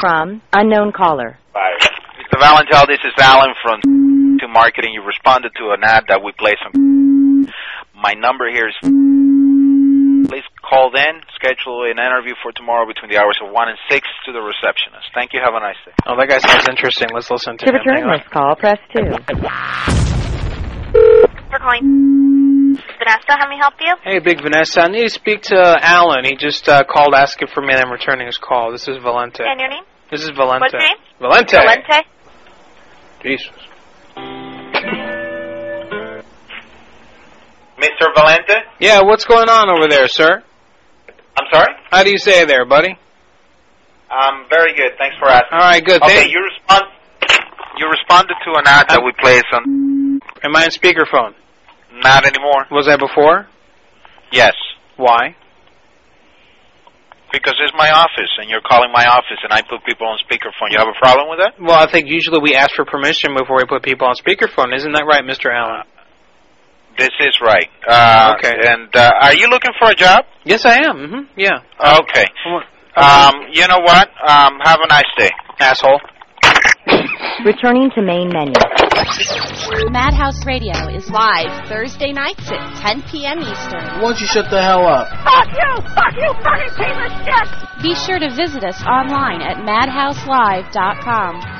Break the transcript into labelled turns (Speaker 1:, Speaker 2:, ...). Speaker 1: from unknown caller.
Speaker 2: Bye. Mr. Valentel, this is Alan from to marketing. You responded to an ad that we placed on. My number here is. Please call in, schedule an interview for tomorrow between the hours of 1 and 6 to the receptionist. Thank you. Have a nice day.
Speaker 3: Oh, that guy sounds interesting. Let's listen to,
Speaker 1: To
Speaker 3: him. Hang
Speaker 1: return
Speaker 3: on.
Speaker 1: this call, press 2.
Speaker 4: for calling. Vanessa, how may I help you?
Speaker 3: Hey, Big Vanessa, I need to speak to Alan. He just uh, called asking for me, and I'm returning his call. This is Valente.
Speaker 4: And your name?
Speaker 3: This is Valente.
Speaker 4: What's your name?
Speaker 3: Valente.
Speaker 4: Valente.
Speaker 3: Jesus.
Speaker 2: Mr. Valente?
Speaker 3: Yeah, what's going on over there, sir?
Speaker 2: I'm sorry?
Speaker 3: How do you say there, buddy?
Speaker 2: Um, very good. Thanks for asking.
Speaker 3: All right, good.
Speaker 2: Uh, Okay,
Speaker 3: Thank
Speaker 2: you respond. You responded to an ad that we placed on.
Speaker 3: Am I on speakerphone?
Speaker 2: Not anymore.
Speaker 3: Was I before?
Speaker 2: Yes.
Speaker 3: Why?
Speaker 2: Because it's my office, and you're calling my office, and I put people on speakerphone. You have a problem with that?
Speaker 3: Well, I think usually we ask for permission before we put people on speakerphone. Isn't that right, Mr. Allen?
Speaker 2: This is right. Uh,
Speaker 3: Okay.
Speaker 2: And uh, are you looking for a job?
Speaker 3: Yes, I am. Mm-hmm. Yeah.
Speaker 2: Okay.
Speaker 3: Come on.
Speaker 2: Um, you know what? Um, have a nice day.
Speaker 3: Asshole.
Speaker 1: Returning to main menu.
Speaker 5: Madhouse Radio is live Thursday nights at 10 p.m.
Speaker 6: Why
Speaker 5: Eastern.
Speaker 6: don't you shut the hell up?
Speaker 4: Fuck you! Fuck you! Fucking piece of shit!
Speaker 5: Be sure to visit us online at madhouselive.com.